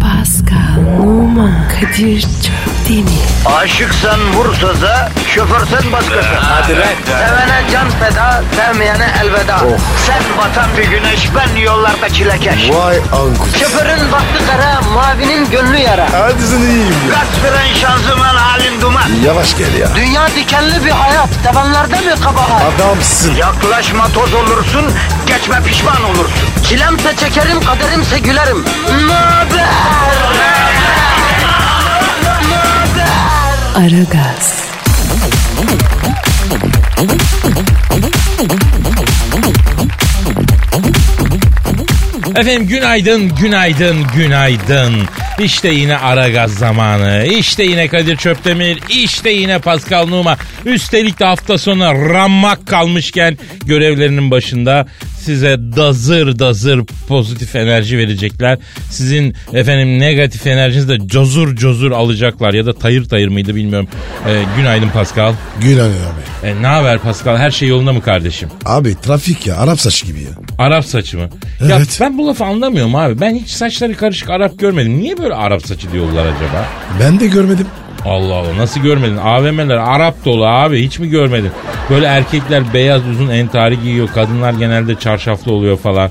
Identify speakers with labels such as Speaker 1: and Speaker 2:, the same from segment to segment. Speaker 1: Pascal, Oman, Kadir çok değil mi?
Speaker 2: Aşıksan vursa da şoförsen başkasın. Hadi
Speaker 3: lan. Oh.
Speaker 2: Sevene can feda, sevmeyene elveda. Sen batan bir güneş, ben yollarda çilekeş.
Speaker 3: Vay anku.
Speaker 2: Şoförün baktı kara, mavinin gönlü yara.
Speaker 3: Hadi sen iyiyim ya.
Speaker 2: Kasperen şanzıman halin duman.
Speaker 3: Yavaş gel ya.
Speaker 2: Dünya dikenli bir hayat, sevenlerde mi kabahar?
Speaker 3: Adamsın.
Speaker 2: Yaklaşma toz olursun, geçme pişman olursun. Çilemse çekerim, kaderimse gülerim. Möber!
Speaker 1: Aragaz,
Speaker 4: Efendim günaydın, günaydın, günaydın. İşte yine ara gaz zamanı. İşte yine Kadir Çöptemir. işte yine Pascal Numa. Üstelik de hafta sonu ramak kalmışken görevlerinin başında size dazır dazır pozitif enerji verecekler. Sizin efendim negatif enerjinizi de cozur cozur alacaklar ya da tayır tayır mıydı bilmiyorum. Ee, günaydın Pascal.
Speaker 3: Günaydın abi.
Speaker 4: Ee, ne haber Pascal? Her şey yolunda mı kardeşim?
Speaker 3: Abi trafik ya Arap saçı gibi ya.
Speaker 4: Arap saçı mı? Ya
Speaker 3: Evet.
Speaker 4: ben bu lafı anlamıyorum abi. Ben hiç saçları karışık Arap görmedim. Niye böyle Arap saçı diyorlar acaba?
Speaker 3: Ben de görmedim.
Speaker 4: Allah Allah nasıl görmedin? AVM'ler Arap dolu abi hiç mi görmedin? Böyle erkekler beyaz uzun entari giyiyor. Kadınlar genelde çarşaflı oluyor falan.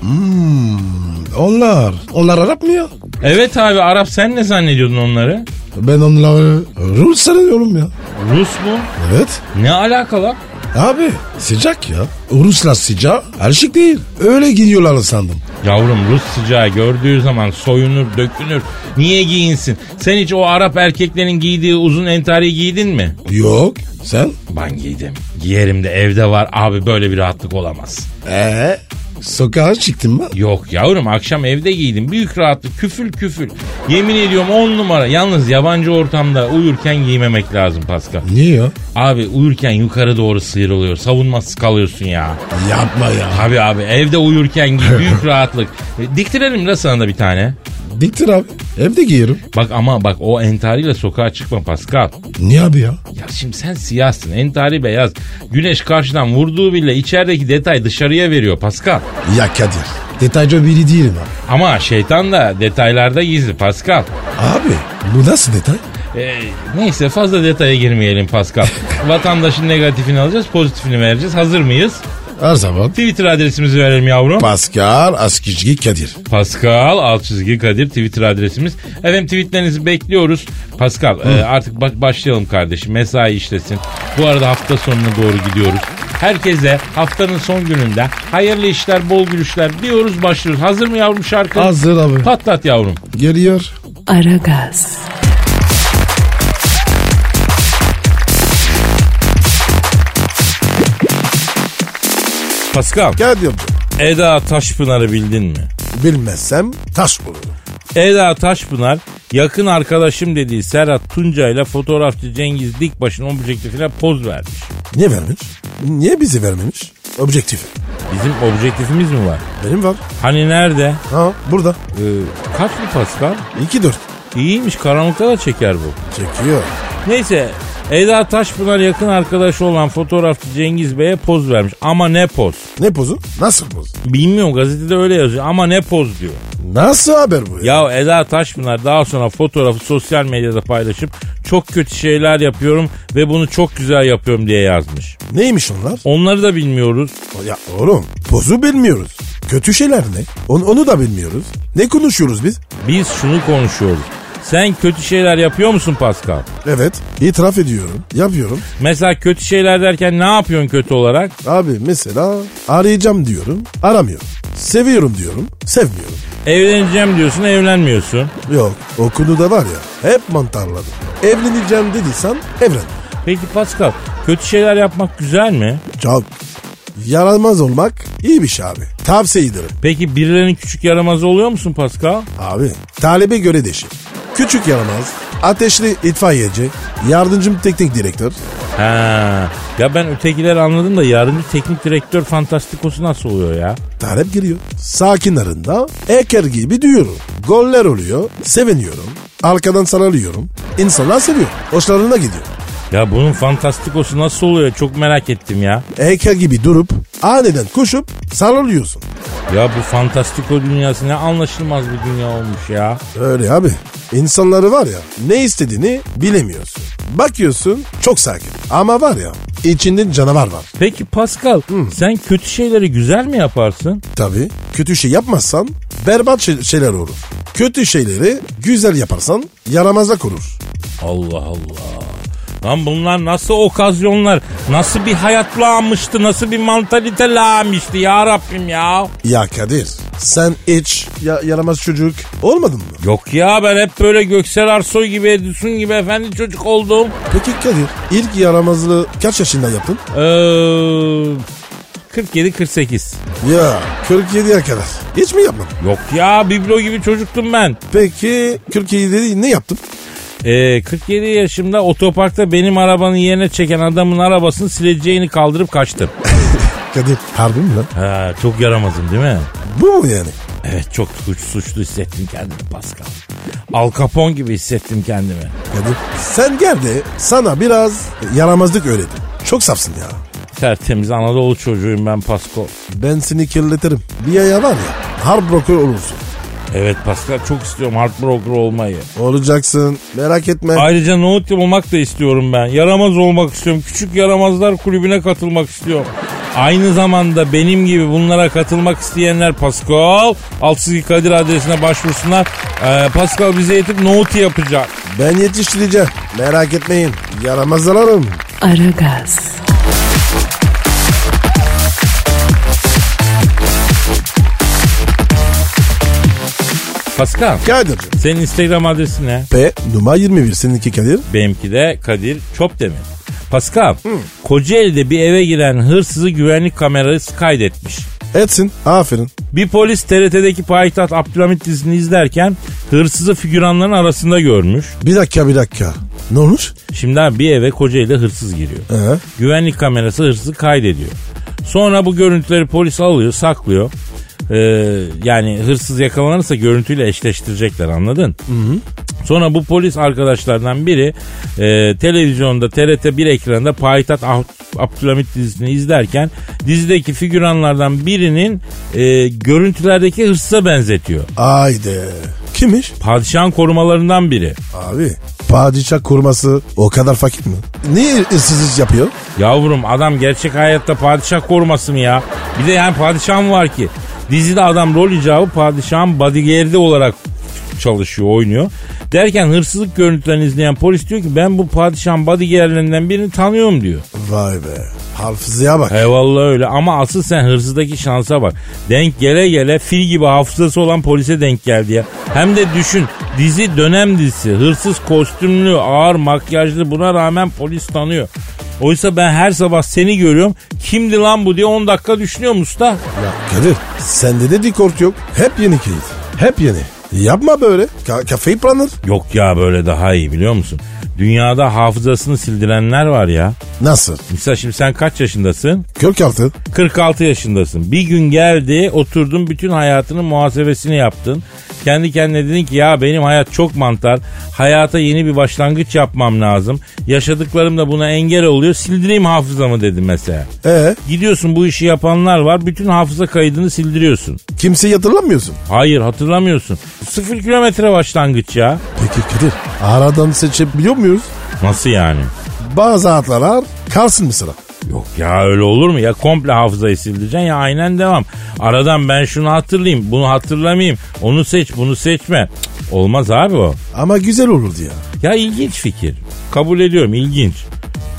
Speaker 3: Onlar. Onlar Arap mı ya?
Speaker 4: Evet abi Arap sen ne zannediyordun onları?
Speaker 3: Ben onları Rus sanıyorum ya.
Speaker 4: Rus mu?
Speaker 3: Evet.
Speaker 4: Ne alakalı?
Speaker 3: Abi sıcak ya. Ruslar sıcak. Erşik değil. Öyle gidiyorlar sandım.
Speaker 4: Yavrum Rus sıcağı gördüğü zaman soyunur, dökünür. Niye giyinsin? Sen hiç o Arap erkeklerin giydiği uzun entari giydin mi?
Speaker 3: Yok. Sen?
Speaker 4: Ben giydim. Giyerim de evde var. Abi böyle bir rahatlık olamaz.
Speaker 3: Ee? Sokağa çıktın mı?
Speaker 4: Yok yavrum akşam evde giydim. Büyük rahatlık küfül küfül. Yemin ediyorum on numara. Yalnız yabancı ortamda uyurken giymemek lazım Pascal.
Speaker 3: Niye ya?
Speaker 4: Abi uyurken yukarı doğru sıyrılıyor. Savunmasız kalıyorsun ya.
Speaker 3: Yapma ya.
Speaker 4: Abi abi evde uyurken giy. Büyük rahatlık. E, Diktirelim la sana da bir tane.
Speaker 3: Diktir abi. Evde giyerim.
Speaker 4: Bak ama bak o entariyle sokağa çıkma Pascal.
Speaker 3: Niye abi ya?
Speaker 4: Ya şimdi sen siyahsın. Entari beyaz. Güneş karşıdan vurduğu bile içerideki detay dışarıya veriyor Pascal.
Speaker 3: Ya Kadir. Detaycı biri değilim abi.
Speaker 4: Ama şeytan da detaylarda gizli Pascal.
Speaker 3: Abi bu nasıl detay?
Speaker 4: Ee, neyse fazla detaya girmeyelim Pascal. Vatandaşın negatifini alacağız, pozitifini vereceğiz. Hazır mıyız?
Speaker 3: Her zaman.
Speaker 4: Twitter adresimizi verelim yavrum.
Speaker 3: Pascal Askizgi Kadir.
Speaker 4: Pascal alt çizgi Kadir Twitter adresimiz. Efendim tweetlerinizi bekliyoruz. Pascal e, artık bak başlayalım kardeşim. Mesai işlesin. Bu arada hafta sonuna doğru gidiyoruz. Herkese haftanın son gününde hayırlı işler, bol gülüşler diyoruz başlıyoruz. Hazır mı yavrum şarkı?
Speaker 3: Hazır abi.
Speaker 4: Patlat yavrum.
Speaker 3: Geliyor.
Speaker 1: Aragaz,
Speaker 4: Pascal.
Speaker 3: Kadir
Speaker 4: Eda Taşpınar'ı bildin mi?
Speaker 3: bilmezsem taş bulurum.
Speaker 4: Eda Taşpınar yakın arkadaşım dediği Serhat Tunca ile fotoğrafçı Cengiz Dikbaş'ın objektifine poz vermiş.
Speaker 3: Niye vermiş? Niye bizi vermemiş? Objektif.
Speaker 4: Bizim objektifimiz mi var?
Speaker 3: Benim var.
Speaker 4: Hani nerede?
Speaker 3: Ha burada.
Speaker 4: Ee, kaç bu Pascal?
Speaker 3: 2-4.
Speaker 4: İyiymiş karanlıkta da çeker bu.
Speaker 3: Çekiyor.
Speaker 4: Neyse Eda Taşpınar yakın arkadaşı olan fotoğrafçı Cengiz Bey'e poz vermiş. Ama ne poz?
Speaker 3: Ne pozu? Nasıl poz?
Speaker 4: Bilmiyorum gazetede öyle yazıyor ama ne poz diyor.
Speaker 3: Nasıl haber bu?
Speaker 4: Ya Eda Taşpınar daha sonra fotoğrafı sosyal medyada paylaşıp çok kötü şeyler yapıyorum ve bunu çok güzel yapıyorum diye yazmış.
Speaker 5: Neymiş onlar?
Speaker 4: Onları da bilmiyoruz.
Speaker 5: Ya oğlum pozu bilmiyoruz. Kötü şeyler ne? Onu, onu da bilmiyoruz. Ne konuşuyoruz biz?
Speaker 4: Biz şunu konuşuyoruz. Sen kötü şeyler yapıyor musun Pascal?
Speaker 5: Evet itiraf ediyorum. Yapıyorum.
Speaker 4: Mesela kötü şeyler derken ne yapıyorsun kötü olarak?
Speaker 5: Abi mesela arayacağım diyorum. Aramıyorum. Seviyorum diyorum. Sevmiyorum.
Speaker 4: Evleneceğim diyorsun, evlenmiyorsun.
Speaker 5: Yok o konuda var ya hep mantarladım. Evleneceğim dediysen evlen.
Speaker 4: Peki Pascal, kötü şeyler yapmak güzel mi?
Speaker 5: Çok yaramaz olmak iyi bir şey abi. Tavsiye ederim.
Speaker 4: Peki birilerinin küçük yaramazı oluyor musun Pascal?
Speaker 5: Abi talebe göre değişir. Küçük yaramaz, ateşli itfaiyeci, yardımcım teknik direktör,
Speaker 4: Ha. Ya ben ötekileri anladım da yardımcı teknik direktör fantastikosu nasıl oluyor ya?
Speaker 5: Talep giriyor. Sakin arında eker gibi diyorum. Goller oluyor. Seviniyorum. Arkadan sarılıyorum. İnsanlar seviyor. Hoşlarına gidiyor.
Speaker 4: Ya bunun fantastikosu nasıl oluyor çok merak ettim ya.
Speaker 5: Eker gibi durup aniden koşup sarılıyorsun.
Speaker 4: Ya bu fantastiko dünyası ne anlaşılmaz bir dünya olmuş ya.
Speaker 5: Öyle abi. İnsanları var ya ne istediğini bilemiyorsun. Bakıyorsun çok sakin ama var ya içinde canavar var.
Speaker 4: Peki Pascal sen kötü şeyleri güzel mi yaparsın?
Speaker 5: Tabii kötü şey yapmazsan berbat şey- şeyler olur. Kötü şeyleri güzel yaparsan yaramazlık olur.
Speaker 4: Allah Allah. Lan bunlar nasıl okazyonlar, nasıl bir hayat lağmıştı, nasıl bir mantalite lağmıştı ya Rabbim ya.
Speaker 5: Ya Kadir sen hiç ya- yaramaz çocuk olmadın mı?
Speaker 4: Yok ya ben hep böyle Göksel Arsoy gibi, Edison gibi efendi çocuk oldum.
Speaker 5: Peki Kadir ilk yaramazlığı kaç yaşında yaptın?
Speaker 4: Ee, 47-48.
Speaker 5: Ya 47'ye kadar. Hiç mi yapmadın?
Speaker 4: Yok ya biblo gibi çocuktum ben.
Speaker 5: Peki 47'de ne yaptın?
Speaker 4: Ee, 47 yaşımda otoparkta benim arabanın yerine çeken adamın arabasını sileceğini kaldırıp kaçtım.
Speaker 5: Kadir harbi mi lan?
Speaker 4: Ha, çok yaramazım değil mi?
Speaker 5: Bu mu yani?
Speaker 4: Evet çok suç, suçlu hissettim kendimi Pascal. Al Capone gibi hissettim kendimi.
Speaker 5: Kadir sen gel de sana biraz yaramazlık öğretim. Çok safsın ya.
Speaker 4: Tertemiz Anadolu çocuğuyum ben Pasko.
Speaker 5: Ben seni kirletirim. Bir yaya var ya hard broker olursun.
Speaker 4: Evet Pascal çok istiyorum hard broker olmayı.
Speaker 5: Olacaksın merak etme.
Speaker 4: Ayrıca nohut olmak da istiyorum ben. Yaramaz olmak istiyorum. Küçük yaramazlar kulübüne katılmak istiyorum. Aynı zamanda benim gibi bunlara katılmak isteyenler Pascal 62 Kadir adresine başvursunlar. Ee, Pascal bize yetip nohut yapacak.
Speaker 5: Ben yetiştireceğim. Merak etmeyin. Yaramazlarım.
Speaker 1: Aragaz,
Speaker 4: Pascal
Speaker 5: Kadir.
Speaker 4: senin Instagram adresi ne?
Speaker 5: P numara 21 seninki Kadir.
Speaker 4: Benimki de Kadir Çopdemir. Pascal, Kocaeli'de bir eve giren hırsızı güvenlik kamerası kaydetmiş.
Speaker 5: Etsin. Aferin.
Speaker 4: Bir polis TRT'deki Payitaht Abdülhamit dizisini izlerken hırsızı figüranların arasında görmüş.
Speaker 5: Bir dakika bir dakika. Ne olmuş?
Speaker 4: Şimdi abi bir eve Kocaeli'de hırsız giriyor.
Speaker 5: Ee?
Speaker 4: Güvenlik kamerası hırsızı kaydediyor. Sonra bu görüntüleri polis alıyor, saklıyor. Ee, yani hırsız yakalanırsa görüntüyle eşleştirecekler anladın? Sonra bu polis arkadaşlardan biri e, televizyonda TRT 1 ekranında Payitaht Ah- Abdülhamit dizisini izlerken dizideki figüranlardan birinin e, görüntülerdeki hırsıza benzetiyor.
Speaker 5: Haydi. Kimmiş?
Speaker 4: Padişahın korumalarından biri.
Speaker 5: Abi. Padişah kurması o kadar fakir mi? Niye ıssızlık yapıyor?
Speaker 4: Yavrum adam gerçek hayatta padişah koruması mı ya? Bir de yani padişahım var ki. Dizide adam rol icabı padişahın bodyguard'i olarak çalışıyor, oynuyor. Derken hırsızlık görüntülerini izleyen polis diyor ki ben bu padişahın bodyguard'lerinden birini tanıyorum diyor.
Speaker 5: Vay be. Hafızaya bak.
Speaker 4: Eyvallah öyle ama asıl sen hırsızdaki şansa bak. Denk gele gele fil gibi hafızası olan polise denk geldi ya. Hem de düşün dizi dönem dizisi. Hırsız kostümlü, ağır makyajlı buna rağmen polis tanıyor. Oysa ben her sabah seni görüyorum. Kimdi lan bu diye 10 dakika düşünüyorum usta.
Speaker 5: Ya Kadir sende de dikort yok. Hep yeni kilit. Hep yeni. Yapma böyle. Ka- kafayı planır.
Speaker 4: Yok ya böyle daha iyi biliyor musun? Dünyada hafızasını sildirenler var ya.
Speaker 5: Nasıl?
Speaker 4: Mesela şimdi sen kaç yaşındasın?
Speaker 5: 46.
Speaker 4: 46 yaşındasın. Bir gün geldi oturdun bütün hayatının muhasebesini yaptın. Kendi kendine dedin ki ya benim hayat çok mantar. Hayata yeni bir başlangıç yapmam lazım. Yaşadıklarım da buna engel oluyor. Sildireyim hafızamı dedim mesela.
Speaker 5: E
Speaker 4: Gidiyorsun bu işi yapanlar var. Bütün hafıza kaydını sildiriyorsun.
Speaker 5: kimseyi hatırlamıyorsun.
Speaker 4: Hayır hatırlamıyorsun. Sıfır kilometre başlangıç ya.
Speaker 5: Peki Kadir aradan seçebiliyor muyuz?
Speaker 4: Nasıl yani?
Speaker 5: Bazı hatlar kalsın mı sıra?
Speaker 4: Yok ya öyle olur mu? Ya komple hafızayı sildireceksin ya aynen devam. Aradan ben şunu hatırlayayım, bunu hatırlamayayım. Onu seç, bunu seçme. Cık, olmaz abi o.
Speaker 5: Ama güzel olurdu ya.
Speaker 4: Ya ilginç fikir. Kabul ediyorum ilginç.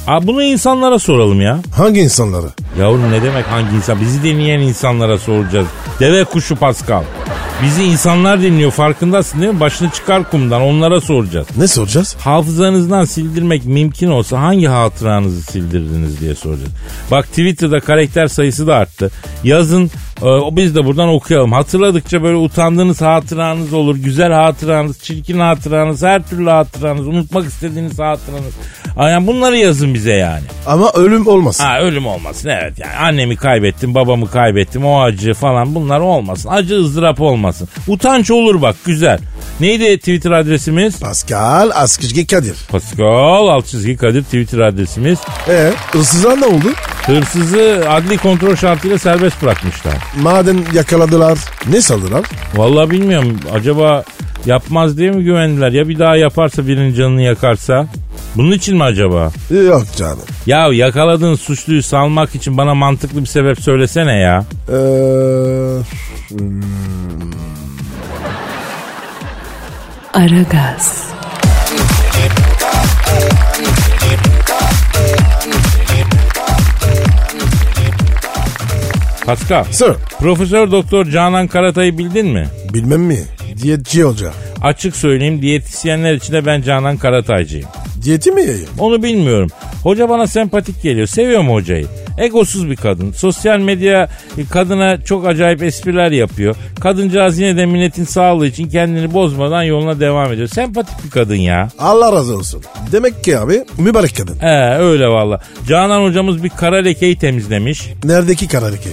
Speaker 4: Aa, bunu insanlara soralım ya.
Speaker 5: Hangi insanları?
Speaker 4: Yavrum ne demek hangi insan? Bizi dinleyen insanlara soracağız. Deve kuşu Pascal. Bizi insanlar dinliyor farkındasın değil mi? Başını çıkar kumdan onlara soracağız.
Speaker 5: Ne soracağız?
Speaker 4: Hafızanızdan sildirmek mümkün olsa hangi hatıranızı sildirdiniz diye soracağız. Bak Twitter'da karakter sayısı da arttı. Yazın e, o- biz de buradan okuyalım. Hatırladıkça böyle utandığınız hatıranız olur. Güzel hatıranız, çirkin hatıranız, her türlü hatıranız, unutmak istediğiniz hatıranız. Yani bunları yazın bize yani.
Speaker 5: Ama ölüm olmasın.
Speaker 4: Ha ölüm olmasın evet yani. Annemi kaybettim, babamı kaybettim, o acı falan bunlar olmasın. Acı ızdırap olmasın. Utanç olur bak güzel. Neydi Twitter adresimiz?
Speaker 5: Pascal Askizgi Kadir.
Speaker 4: Pascal alt çizgi Kadir Twitter adresimiz.
Speaker 5: E ıssızlar ne oldu?
Speaker 4: Hırsızı adli kontrol şartıyla serbest bırakmışlar.
Speaker 5: Madem yakaladılar ne saldılar?
Speaker 4: Vallahi bilmiyorum acaba yapmaz diye mi güvendiler ya bir daha yaparsa birinin canını yakarsa? Bunun için mi acaba?
Speaker 5: Yok canım.
Speaker 4: Ya yakaladığın suçluyu salmak için bana mantıklı bir sebep söylesene ya.
Speaker 5: E, Ee,
Speaker 1: Aragaz,
Speaker 4: Pascal.
Speaker 5: sir
Speaker 4: Profesör Doktor Canan Karatay'ı bildin mi?
Speaker 5: bilmem mi? Diyetçi hoca.
Speaker 4: Açık söyleyeyim diyetisyenler için de ben Canan Karataycıyım.
Speaker 5: Diyeti mi yiyeyim?
Speaker 4: Onu bilmiyorum. Hoca bana sempatik geliyor. Seviyorum hocayı. Egosuz bir kadın. Sosyal medya e, kadına çok acayip espriler yapıyor. Kadıncağız yine de milletin sağlığı için kendini bozmadan yoluna devam ediyor. Sempatik bir kadın ya.
Speaker 5: Allah razı olsun. Demek ki abi mübarek kadın.
Speaker 4: He öyle valla. Canan hocamız bir kara lekeyi temizlemiş.
Speaker 5: Neredeki karariki?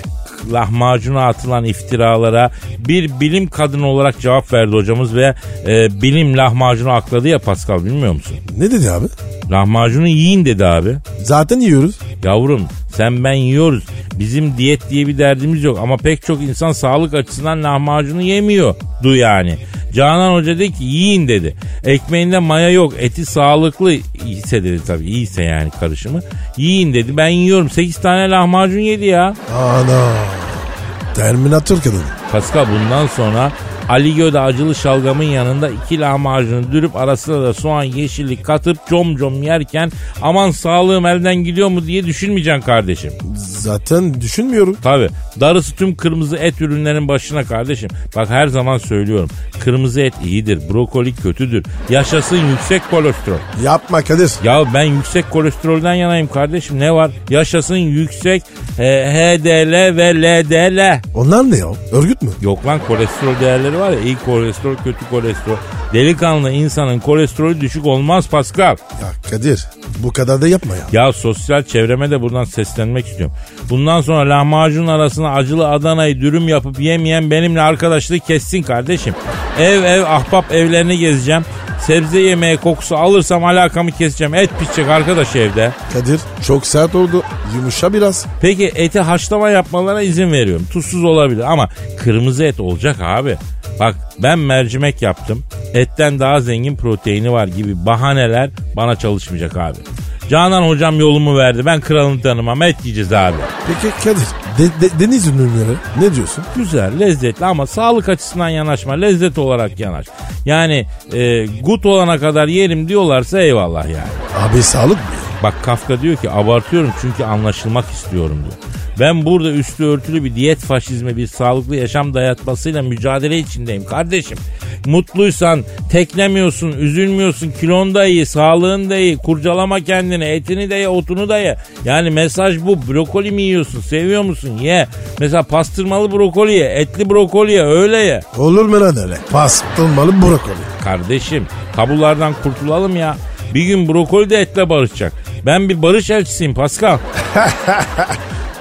Speaker 4: lahmacuna atılan iftiralara bir bilim kadını olarak cevap verdi hocamız ve e, bilim lahmacunu akladı ya Pascal bilmiyor musun?
Speaker 5: Ne dedi abi?
Speaker 4: Lahmacunu yiyin dedi abi.
Speaker 5: Zaten yiyoruz.
Speaker 4: Yavrum sen ben yiyoruz. Bizim diyet diye bir derdimiz yok ama pek çok insan sağlık açısından lahmacunu yemiyor. Du yani. Canan Hoca dedi ki yiyin dedi. Ekmeğinde maya yok. Eti sağlıklı ise dedi tabii. iyiyse yani karışımı. Yiyin dedi. Ben yiyorum. 8 tane lahmacun yedi ya.
Speaker 5: Ana. Terminator kadını.
Speaker 4: Pascal bundan sonra Ali Gö'de acılı şalgamın yanında iki lahmacunu dürüp arasına da soğan yeşillik katıp com com yerken aman sağlığım elden gidiyor mu diye düşünmeyeceksin kardeşim.
Speaker 5: Zaten düşünmüyorum.
Speaker 4: Tabi darısı tüm kırmızı et ürünlerin başına kardeşim. Bak her zaman söylüyorum kırmızı et iyidir brokoli kötüdür yaşasın yüksek kolesterol.
Speaker 5: Yapma Kadir.
Speaker 4: Ya ben yüksek kolesterolden yanayım kardeşim ne var yaşasın yüksek e, HDL ve LDL.
Speaker 5: Onlar ne ya? Örgüt mü?
Speaker 4: Yok lan kolesterol değerleri var ya iyi kolesterol kötü kolesterol. Delikanlı insanın kolesterolü düşük olmaz Pascal.
Speaker 5: Ya Kadir bu kadar da yapma ya.
Speaker 4: Ya sosyal çevreme de buradan seslenmek istiyorum. Bundan sonra lahmacun arasına acılı Adana'yı dürüm yapıp yemeyen benimle arkadaşlığı kessin kardeşim. Ev ev ahbap evlerini gezeceğim. Sebze yemeği kokusu alırsam alakamı keseceğim. Et pişecek arkadaş evde.
Speaker 5: Kadir çok sert oldu. Yumuşa biraz.
Speaker 4: Peki eti haşlama yapmalarına izin veriyorum. Tuzsuz olabilir ama kırmızı et olacak abi. Bak ben mercimek yaptım. Etten daha zengin proteini var gibi bahaneler bana çalışmayacak abi. Canan hocam yolumu verdi. Ben kralını tanımam. Et yiyeceğiz abi.
Speaker 5: Peki Kadir de- de- deniz ürünleri ne diyorsun?
Speaker 4: Güzel, lezzetli ama sağlık açısından yanaşma. Lezzet olarak yanaş. Yani e, gut olana kadar yerim diyorlarsa eyvallah yani.
Speaker 5: Abi sağlık mı?
Speaker 4: Bak Kafka diyor ki abartıyorum çünkü anlaşılmak istiyorum diyor. Ben burada üstü örtülü bir diyet faşizmi, bir sağlıklı yaşam dayatmasıyla mücadele içindeyim kardeşim. Mutluysan, teklemiyorsun, üzülmüyorsun, kilon da iyi, sağlığın da iyi, kurcalama kendini, etini de ye, otunu da ye. Yani mesaj bu, brokoli mi yiyorsun, seviyor musun, ye. Mesela pastırmalı brokoli ye, etli brokoli ye, öyle ye.
Speaker 5: Olur mu lan öyle? Pastırmalı brokoli.
Speaker 4: Kardeşim tabulardan kurtulalım ya. Bir gün brokoli de etle barışacak. Ben bir barış elçisiyim Pascal.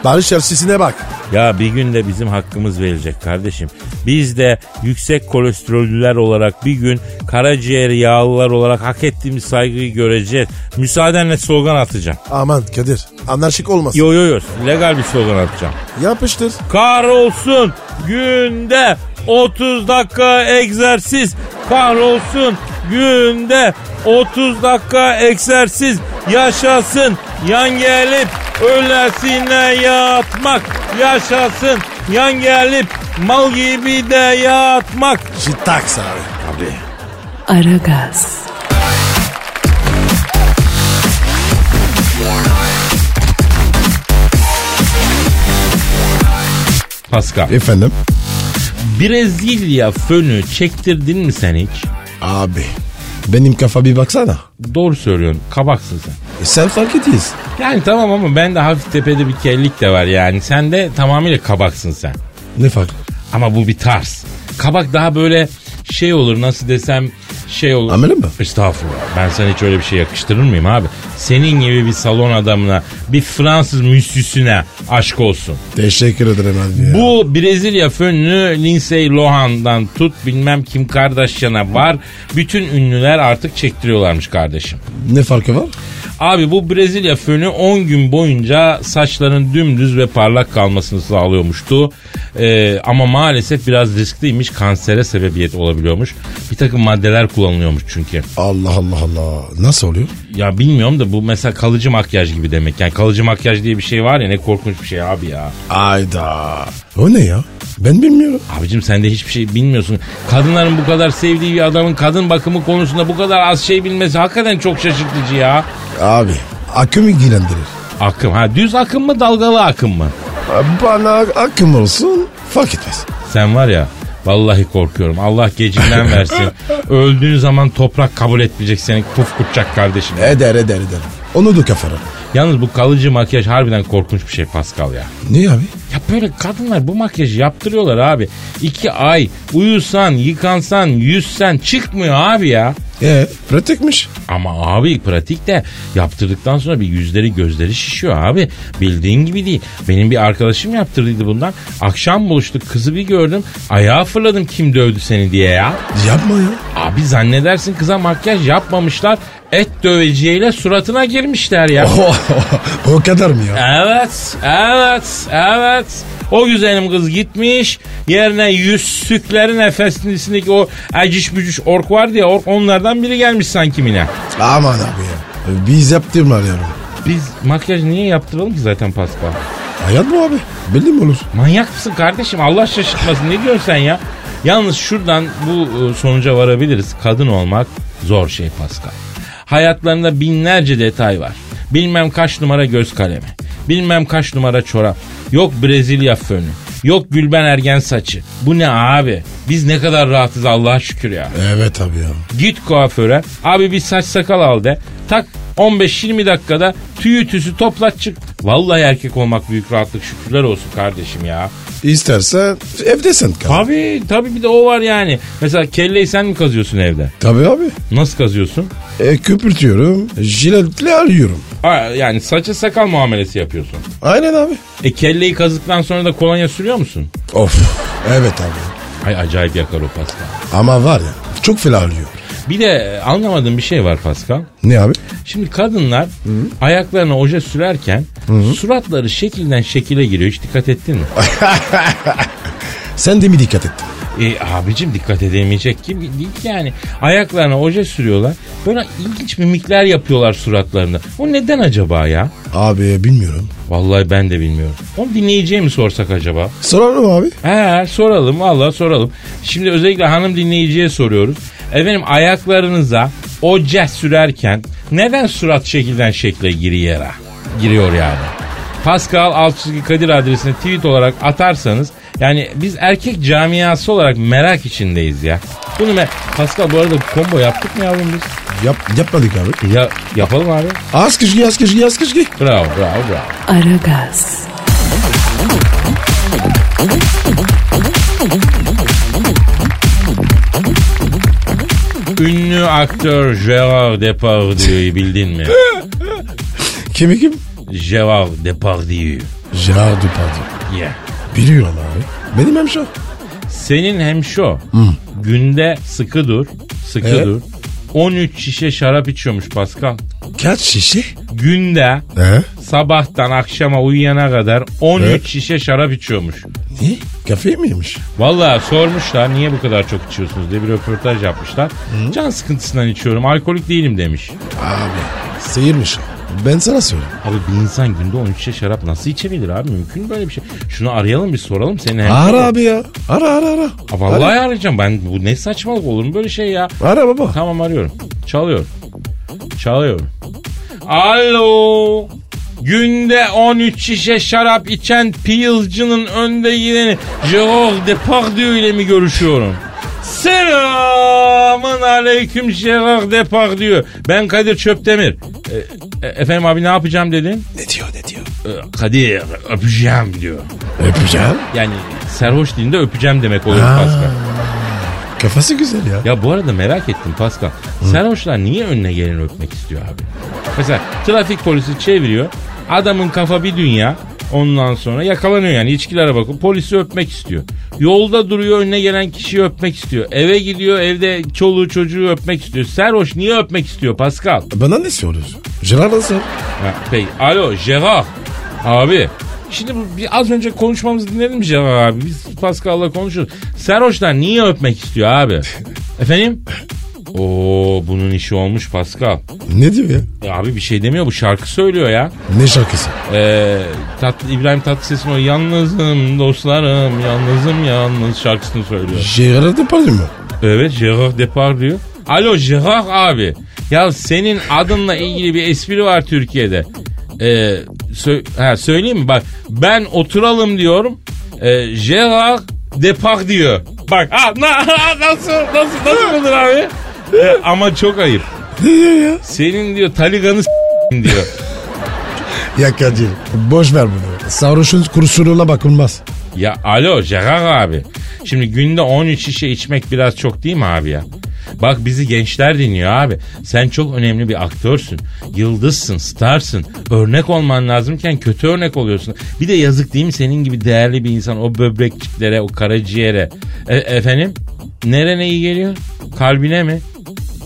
Speaker 5: Barış elçisine bak.
Speaker 4: Ya bir gün de bizim hakkımız verilecek kardeşim. Biz de yüksek kolesterollüler olarak bir gün karaciğer yağlılar olarak hak ettiğimiz saygıyı göreceğiz. Müsaadenle slogan atacağım.
Speaker 5: Aman Kadir anarşik olmasın.
Speaker 4: Yo yo yo legal bir slogan atacağım.
Speaker 5: Yapıştır.
Speaker 4: Kahrolsun günde 30 dakika egzersiz. Kahrolsun günde 30 dakika egzersiz. Yaşasın yan gelip öylesine yatmak. Yaşasın yan gelip mal gibi de yatmak.
Speaker 5: Jitaks abi.
Speaker 1: Aragaz,
Speaker 4: Pascal.
Speaker 5: Efendim?
Speaker 4: E, Brezilya fönü çektirdin mi sen hiç?
Speaker 5: Abi benim kafa bir baksana.
Speaker 4: Doğru söylüyorsun kabaksın sen.
Speaker 5: E sen fark etiyiz.
Speaker 4: Yani tamam ama ben de hafif tepede bir kellik de var yani. Sen de tamamıyla kabaksın sen.
Speaker 5: Ne fark?
Speaker 4: Ama bu bir tarz. Kabak daha böyle şey olur nasıl desem şey olur.
Speaker 5: Ameli mi?
Speaker 4: Estağfurullah. Ben sana hiç öyle bir şey yakıştırır mıyım abi? Senin gibi bir salon adamına, bir Fransız müsüsüne aşk olsun.
Speaker 5: Teşekkür ederim abi. Bu...
Speaker 4: Bu Brezilya fönlü Lindsay Lohan'dan tut bilmem kim Kardashian'a var. Bütün ünlüler artık çektiriyorlarmış kardeşim.
Speaker 5: Ne farkı var?
Speaker 4: Abi bu Brezilya fönü 10 gün boyunca saçların dümdüz ve parlak kalmasını sağlıyormuştu. Ee, ama maalesef biraz riskliymiş. Kansere sebebiyet olabiliyormuş. Bir takım maddeler kullanılıyormuş çünkü.
Speaker 5: Allah Allah Allah. Nasıl oluyor?
Speaker 4: Ya bilmiyorum da bu mesela kalıcı makyaj gibi demek. Yani kalıcı makyaj diye bir şey var ya ne korkunç bir şey abi ya.
Speaker 5: Ayda. O ne ya? Ben bilmiyorum.
Speaker 4: Abicim sen de hiçbir şey bilmiyorsun. Kadınların bu kadar sevdiği bir adamın kadın bakımı konusunda bu kadar az şey bilmesi hakikaten çok şaşırtıcı ya.
Speaker 5: Abi akım ilgilendirir.
Speaker 4: Akım ha düz akım mı dalgalı akım mı?
Speaker 5: Bana akım olsun fark etmez.
Speaker 4: Sen var ya vallahi korkuyorum. Allah gecinden versin. Öldüğün zaman toprak kabul etmeyecek seni pufkutacak kardeşim.
Speaker 5: Eder eder eder. Onu da kafana.
Speaker 4: Yalnız bu kalıcı makyaj harbiden korkunç bir şey Pascal ya.
Speaker 5: Niye abi?
Speaker 4: Ya böyle kadınlar bu makyajı yaptırıyorlar abi. İki ay uyusan, yıkansan, yüzsen çıkmıyor abi ya.
Speaker 5: E pratikmiş.
Speaker 4: Ama abi pratik de yaptırdıktan sonra bir yüzleri gözleri şişiyor abi. Bildiğin gibi değil. Benim bir arkadaşım yaptırdıydı bundan. Akşam buluştuk kızı bir gördüm. Ayağa fırladım kim dövdü seni diye ya.
Speaker 5: Yapma ya.
Speaker 4: Abi zannedersin kıza makyaj yapmamışlar. Et döveciyle suratına girmişler ya.
Speaker 5: Oh. o kadar mı ya?
Speaker 4: Evet, evet, evet. O güzelim kız gitmiş. Yerine yüzsüklerin efesindeki o aciş bücüş ork var diye ork onlardan biri gelmiş sanki mine.
Speaker 5: Aman abi ya. Biz yaptırmayalım.
Speaker 4: Biz makyaj niye yaptıralım ki zaten Pascal?
Speaker 5: Hayat bu abi. Belli mi olur?
Speaker 4: Manyak mısın kardeşim? Allah şaşırtmasın. Ne diyorsun sen ya? Yalnız şuradan bu e, sonuca varabiliriz. Kadın olmak zor şey Pascal. Hayatlarında binlerce detay var. Bilmem kaç numara göz kalemi. Bilmem kaç numara çorap. Yok Brezilya fönü. Yok Gülben Ergen saçı. Bu ne abi? Biz ne kadar rahatız Allah'a şükür ya.
Speaker 5: Evet abi ya.
Speaker 4: Git kuaföre. Abi bir saç sakal al de. Tak 15-20 dakikada tüyü tüsü toplat çık. Vallahi erkek olmak büyük rahatlık şükürler olsun kardeşim ya.
Speaker 5: İstersen evde sen kal.
Speaker 4: Tabii tabii bir de o var yani. Mesela kelleyi sen mi kazıyorsun evde?
Speaker 5: Tabii abi.
Speaker 4: Nasıl kazıyorsun?
Speaker 5: E, köpürtüyorum. Jiletle arıyorum.
Speaker 4: Ha, yani saça sakal muamelesi yapıyorsun.
Speaker 5: Aynen abi.
Speaker 4: E kelleyi kazıktan sonra da kolonya sürüyor musun?
Speaker 5: Of. Evet abi.
Speaker 4: Ay acayip yakar o Pascal.
Speaker 5: Ama var ya çok fena arıyor.
Speaker 4: Bir de e, anlamadığım bir şey var Pascal.
Speaker 5: Ne abi?
Speaker 4: Şimdi kadınlar ayaklarına oje sürerken suratları şekilden şekile giriyor. Hiç dikkat ettin mi?
Speaker 5: Sen de mi dikkat ettin?
Speaker 4: E abicim dikkat edemeyecek gibi değil ki yani. Ayaklarına oje sürüyorlar. Böyle ilginç mimikler yapıyorlar suratlarında. O neden acaba ya?
Speaker 5: Abi bilmiyorum.
Speaker 4: Vallahi ben de bilmiyorum. Onu dinleyiciye mi sorsak acaba?
Speaker 5: Sorarım abi.
Speaker 4: He soralım vallahi soralım. Şimdi özellikle hanım dinleyiciye soruyoruz. Efendim ayaklarınıza oca sürerken neden surat şekilden şekle giriyor? Giriyor yani. Pascal Altçizgi Kadir adresine tweet olarak atarsanız yani biz erkek camiası olarak merak içindeyiz ya. Bunu me- Pascal bu arada combo yaptık mı yavrum biz?
Speaker 5: Yap, yapmadık abi.
Speaker 4: Ya, yapalım abi.
Speaker 5: Az kışkı az kışkı az kışkı.
Speaker 4: Bravo bravo bravo.
Speaker 1: Aragaz,
Speaker 4: Ünlü aktör Gerard Depardieu'yu bildin mi?
Speaker 5: Kimi kim?
Speaker 4: Gerard Depardieu.
Speaker 5: Gerard Depardieu.
Speaker 4: Yeah.
Speaker 5: Biliyorum abi. Benim hemşo.
Speaker 4: Senin hem şu. Günde sıkı dur, sıkı
Speaker 5: Evet.
Speaker 4: dur. 13 şişe şarap içiyormuş Pascal.
Speaker 5: Kaç şişe?
Speaker 4: Günde
Speaker 5: He?
Speaker 4: sabahtan akşama uyuyana kadar 13 şişe şarap içiyormuş.
Speaker 5: Ne? Kafayı mı yemiş?
Speaker 4: Vallahi sormuşlar niye bu kadar çok içiyorsunuz diye bir röportaj yapmışlar. Can sıkıntısından içiyorum, alkolik değilim demiş.
Speaker 5: Abi seyirmiş o. Ben sana söyleyeyim.
Speaker 4: Abi bir insan günde 13 şişe şarap nasıl içebilir abi? Mümkün mü böyle bir şey? Şunu arayalım bir soralım senin hem.
Speaker 5: Ara abi ya. Ara ara ara.
Speaker 4: Aa, Vallahi arayacağım ben. Bu ne saçmalık olur mu böyle şey ya?
Speaker 5: Ara baba.
Speaker 4: Tamam arıyorum. Çalıyorum. Çalıyorum. Alo. Günde 13 şişe şarap içen piyılcının önde gideni Gerard Depardieu ile mi görüşüyorum? Selamın aleyküm Gerard Depardieu. Ben Kadir Çöptemir. E, e, efendim abi ne yapacağım dedin?
Speaker 5: Ne diyor ne diyor?
Speaker 4: E, Kadir öpeceğim diyor.
Speaker 3: E,
Speaker 5: Öpeceğim.
Speaker 4: Yani serhoş dilinde öpeceğim demek oluyor
Speaker 5: Ha.
Speaker 4: Pascal.
Speaker 5: Kafası güzel ya.
Speaker 4: Ya bu arada merak ettim Pascal. Sarhoşlar niye önüne geleni öpmek istiyor abi? Mesela trafik polisi çeviriyor. Adamın kafa bir dünya. Ondan sonra yakalanıyor yani içkilere bakıp polisi öpmek istiyor. Yolda duruyor önüne gelen kişiyi öpmek istiyor. Eve gidiyor evde çoluğu çocuğu öpmek istiyor. Serhoş niye öpmek istiyor Pascal?
Speaker 3: Bana ne soruyorsun? Gerard nasıl?
Speaker 4: Ha, peki. Alo Gerard. Abi. Şimdi bu, bir az önce konuşmamızı dinledin mi Gerard abi? Biz Pascal'la konuşuyoruz. Serhoşlar niye öpmek istiyor abi? Efendim? Oo bunun işi olmuş Pascal.
Speaker 3: Ne diyor ya?
Speaker 4: E, abi bir şey demiyor bu şarkı söylüyor ya.
Speaker 3: Ne şarkısı?
Speaker 4: Ee, tatlı, İbrahim Tatlıses'in o yalnızım dostlarım yalnızım yalnız şarkısını söylüyor.
Speaker 3: Gerard Depardieu mu?
Speaker 4: Evet Gerard Depardieu. Alo Gerard abi. Ya senin adınla ilgili bir espri var Türkiye'de. Ee, sö- ha, söyleyeyim mi? Bak ben oturalım diyorum. Ee, Gerard Depardieu. Bak ha, na- nasıl, nasıl, nasıl olur abi? Ee, ama çok ayıp.
Speaker 3: Ne diyor ya?
Speaker 4: Senin diyor taliganı s- diyor.
Speaker 3: Ya Kadir boş ver bunu. Sarhoşun kurusuruna bakılmaz.
Speaker 4: Ya alo Gerard abi. Şimdi günde 13 şişe içmek biraz çok değil mi abi ya? Bak bizi gençler dinliyor abi. Sen çok önemli bir aktörsün. Yıldızsın, starsın. Örnek olman lazımken kötü örnek oluyorsun. Bir de yazık değil mi senin gibi değerli bir insan o böbrekçiklere, o karaciğere. E- efendim? Nerene iyi geliyor? Kalbine mi?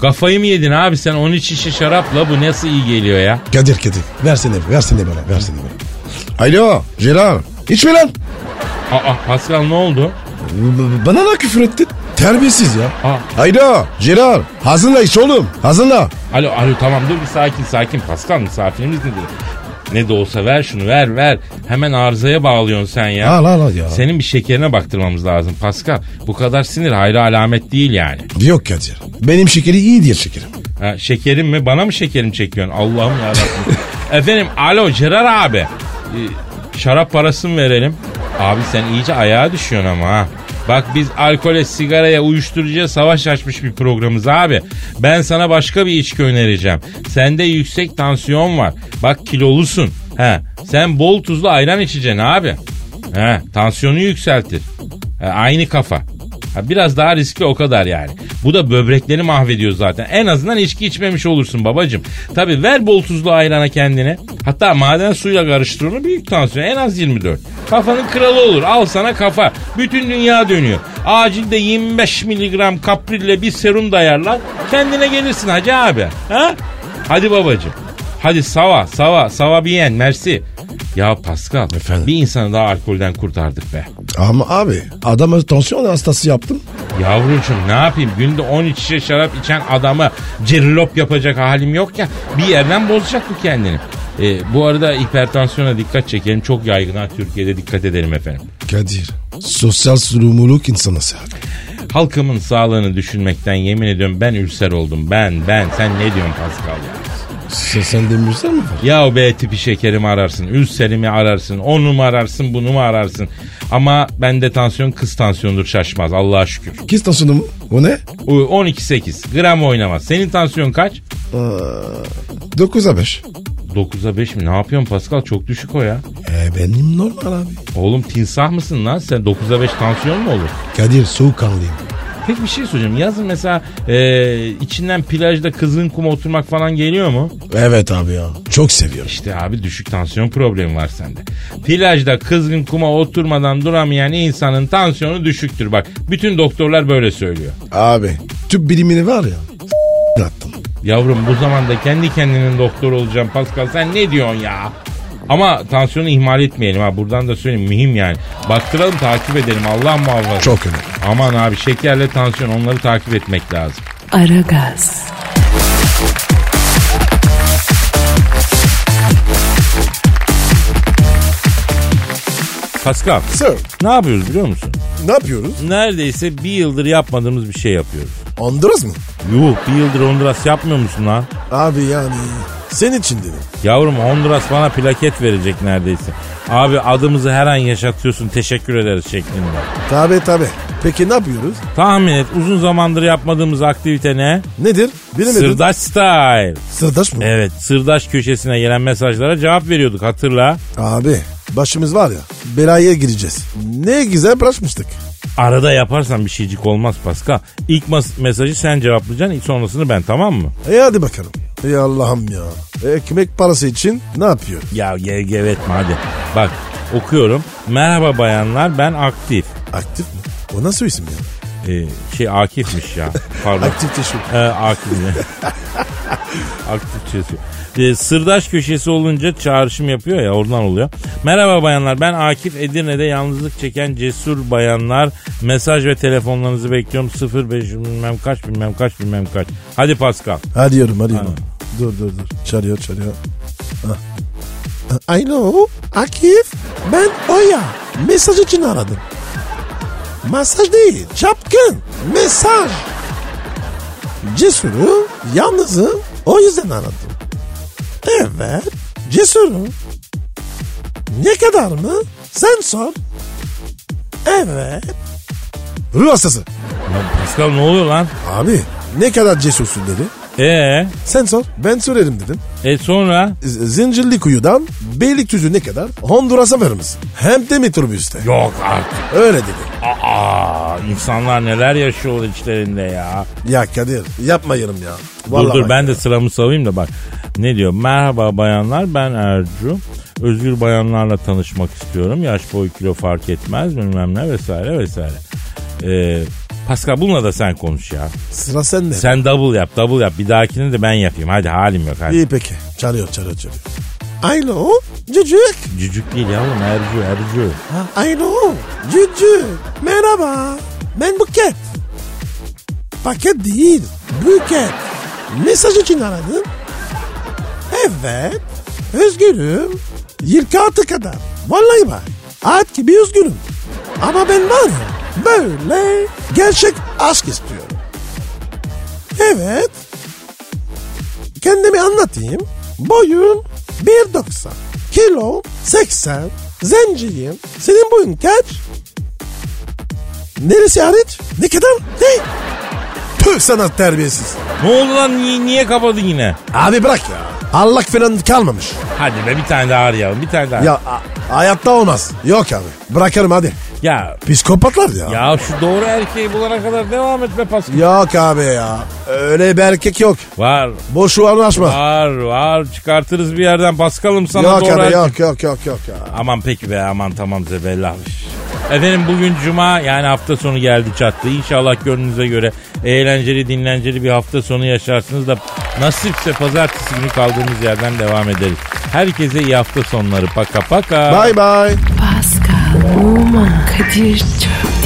Speaker 4: Kafayı mı yedin abi sen 13 şişe şarapla bu nasıl iyi geliyor ya?
Speaker 3: Kadir Kadir versene versene bana versene bana. Alo Gerard içme lan.
Speaker 4: Aa Pascal ne oldu?
Speaker 3: B- Bana da küfür ettin. Terbiyesiz ya.
Speaker 4: Aa,
Speaker 3: Alo Gerard hazırla iç oğlum hazırla.
Speaker 4: Alo alo tamam dur bir sakin sakin Pascal misafirimiz nedir? Ne de olsa ver şunu ver ver. Hemen arızaya bağlıyorsun sen ya.
Speaker 3: Al al al ya.
Speaker 4: Senin bir şekerine baktırmamız lazım Pascal. Bu kadar sinir hayra alamet değil yani.
Speaker 3: Yok Kadir benim şekeri iyi diye şekerim.
Speaker 4: Ha, şekerim mi? Bana mı şekerim çekiyorsun? Allah'ım yarabbim. Efendim alo Cerar abi. Ee, şarap parasını verelim. Abi sen iyice ayağa düşüyorsun ama ha. Bak biz alkole, sigaraya, uyuşturucuya savaş açmış bir programız abi. Ben sana başka bir içki önereceğim. Sende yüksek tansiyon var. Bak kilolusun. He. Sen bol tuzlu ayran içeceksin abi. He. Tansiyonu yükseltir. He, aynı kafa. Ha, biraz daha riskli o kadar yani. Bu da böbrekleri mahvediyor zaten. En azından içki içmemiş olursun babacım. Tabi ver bol tuzlu ayrana kendine. Hatta maden suyuyla karıştır onu büyük tansiyon en az 24. Kafanın kralı olur al sana kafa. Bütün dünya dönüyor. Acilde 25 miligram kaprille bir serum dayarlar. Kendine gelirsin hacı abi. Ha? Hadi babacım. Hadi sava sava sava biyen mersi. Ya Pascal
Speaker 3: Efendim?
Speaker 4: bir insanı daha alkolden kurtardık be.
Speaker 3: Ama abi adama tansiyon hastası yaptım.
Speaker 4: Yavrucuğum ne yapayım günde 13 şişe şarap içen adamı cirlop yapacak halim yok ya bir yerden bozacak bu kendini. Ee, bu arada hipertansiyona dikkat çekelim çok yaygın ha Türkiye'de dikkat edelim efendim.
Speaker 3: Kadir sosyal sorumluluk insanı sen.
Speaker 4: Halkımın sağlığını düşünmekten yemin ediyorum ben ülser oldum ben ben sen ne diyorsun Pascal ya?
Speaker 3: Sen, sen demirsen mi var?
Speaker 4: Ya B tipi şekerimi ararsın, ülserimi ararsın, onu mu ararsın, bunu mu ararsın? Ama bende tansiyon kız tansiyondur şaşmaz Allah'a şükür.
Speaker 3: Kız tansiyonu mu? O ne?
Speaker 4: O- 12-8 gram oynamaz. Senin tansiyon kaç?
Speaker 3: 9'a 5.
Speaker 4: 9'a 5 mi? Ne yapıyorsun Pascal? Çok düşük o ya.
Speaker 3: E benim normal abi.
Speaker 4: Oğlum tinsah mısın lan sen? 9'a 5 tansiyon mu olur?
Speaker 3: Kadir soğukkanlıyım.
Speaker 4: Peki bir şey soracağım. Yazın mesela e, içinden plajda kızgın kuma oturmak falan geliyor mu?
Speaker 3: Evet abi ya. Çok seviyorum.
Speaker 4: İşte abi düşük tansiyon problemi var sende. Plajda kızgın kuma oturmadan duramayan insanın tansiyonu düşüktür bak. Bütün doktorlar böyle söylüyor.
Speaker 3: Abi tüp bilimini var ya. s- attım.
Speaker 4: Yavrum bu zamanda kendi kendinin doktor olacağım Pascal sen ne diyorsun ya? Ama tansiyonu ihmal etmeyelim ha buradan da söyleyeyim mühim yani. Baktıralım takip edelim Allah muhafaza.
Speaker 3: Çok önemli.
Speaker 4: Aman abi şekerle tansiyon onları takip etmek lazım.
Speaker 1: Aragaz,
Speaker 4: Pascal
Speaker 5: Sir
Speaker 4: ne yapıyoruz biliyor musun?
Speaker 5: ne yapıyoruz?
Speaker 4: Neredeyse bir yıldır yapmadığımız bir şey yapıyoruz.
Speaker 5: Andırız mı?
Speaker 4: Yuh bir yıldır Honduras yapmıyor musun lan?
Speaker 5: Abi yani senin için dedim.
Speaker 4: Yavrum Honduras bana plaket verecek neredeyse. Abi adımızı her an yaşatıyorsun teşekkür ederiz şeklinde.
Speaker 5: Tabi tabi. Peki ne yapıyoruz?
Speaker 4: Tahmin et uzun zamandır yapmadığımız aktivite ne?
Speaker 5: Nedir? Bilemedim.
Speaker 4: Sırdaş Style.
Speaker 5: Sırdaş mı?
Speaker 4: Evet sırdaş köşesine gelen mesajlara cevap veriyorduk hatırla.
Speaker 5: Abi başımız var ya belaya gireceğiz. Ne güzel bırakmıştık.
Speaker 4: Arada yaparsan bir şeycik olmaz Pascal. İlk mas- mesajı sen cevaplayacaksın ilk sonrasını ben tamam mı?
Speaker 5: E hadi bakalım. Ey Allah'ım ya. Ekmek parası için ne yapıyor?
Speaker 4: Ya gevgev etme hadi. Bak Okuyorum. Merhaba bayanlar ben aktif.
Speaker 5: Aktif mi? O nasıl isim ya?
Speaker 4: Ee, şey Akif'miş ya. Pardon.
Speaker 5: Aktif teşvik.
Speaker 4: Ee, aktif. aktif çeşit. Ee, sırdaş köşesi olunca çağrışım yapıyor ya oradan oluyor. Merhaba bayanlar ben Akif Edirne'de yalnızlık çeken cesur bayanlar. Mesaj ve telefonlarınızı bekliyorum 05 bilmem kaç bilmem kaç bilmem kaç. Hadi Pascal.
Speaker 5: Hadi yorum hadi yorum. Dur dur dur. Çalıyor çalıyor. Ah. Alo Akif ben Oya. Mesaj için aradım. Masaj değil çapkın. Mesaj. Cesurum yalnızım o yüzden aradım. Evet cesurum. Ne kadar mı? Sen sor. Evet.
Speaker 3: Ruh hastası.
Speaker 4: Ya Pascal ne oluyor lan?
Speaker 5: Abi ne kadar cesursun dedi.
Speaker 4: Ee,
Speaker 5: Sen sor ben söylerim dedim.
Speaker 4: e sonra?
Speaker 5: Z- Zincirli kuyudan Beylikdüzü ne kadar? Honduras'a veririz. Hem de metrobüste.
Speaker 4: Yok artık.
Speaker 5: Öyle dedi.
Speaker 4: Aa, insanlar neler yaşıyor içlerinde ya.
Speaker 5: Ya Kadir yapma yarım ya.
Speaker 4: Dur
Speaker 5: Vallahi
Speaker 4: dur
Speaker 5: bak
Speaker 4: ben
Speaker 5: ya.
Speaker 4: de sıramı savayım da bak. Ne diyor? Merhaba bayanlar ben Ercu. Özgür bayanlarla tanışmak istiyorum. Yaş boy kilo fark etmez bilmem ne vesaire vesaire. Ee, Pascal bununla da sen konuş ya.
Speaker 5: Sıra sende.
Speaker 4: Sen double yap double yap. Bir dahakini de ben yapayım. Hadi halim yok hadi.
Speaker 5: İyi peki. Çalıyor çalıyor çalıyor. Alo cücük.
Speaker 4: Cücük değil yavrum Ercu Ercu.
Speaker 5: Alo cücük. Merhaba. Ben Buket. Paket değil. Buket. Mesaj için aradım. Evet. Özgürüm. 26 kadar. Vallahi bak. At gibi özgürüm. Ama ben var ya böyle gerçek aşk istiyorum. Evet. Kendimi anlatayım. Boyum 1.90. Kilo 80. Zenciyim. Senin boyun kaç? Neresi hariç? Ne kadar? Ne? Tüh sana terbiyesiz.
Speaker 4: Ne oldu lan niye, niye kapadın yine?
Speaker 5: Abi bırak ya. Allah falan kalmamış.
Speaker 4: Hadi be bir tane daha arayalım bir tane daha. Ya,
Speaker 5: Ya a- hayatta olmaz. Yok abi. Bırakarım hadi.
Speaker 4: ya,
Speaker 5: Psikopatlar ya.
Speaker 4: şu doğru erkeği bulana kadar devam et be Pascal.
Speaker 5: Yok abi ya. Öyle bir erkek yok.
Speaker 4: Var
Speaker 5: Boş uğraşma.
Speaker 4: var var çıkartırız bir yerden Pascal'ım sana
Speaker 5: Yok
Speaker 4: doğru
Speaker 5: abi
Speaker 4: erkeği
Speaker 5: yok yok yok yok ya.
Speaker 4: Aman peki be aman tamam Zebella. Efendim bugün cuma yani hafta sonu geldi çattı. İnşallah gönlünüze göre eğlenceli dinlenceli bir hafta sonu yaşarsınız da nasipse pazartesi günü kaldığımız yerden devam ederiz. Herkese iyi hafta sonları paka paka.
Speaker 5: Bye bye.
Speaker 1: Pascal, Oman, Kadir çok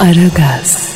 Speaker 1: Aragaz.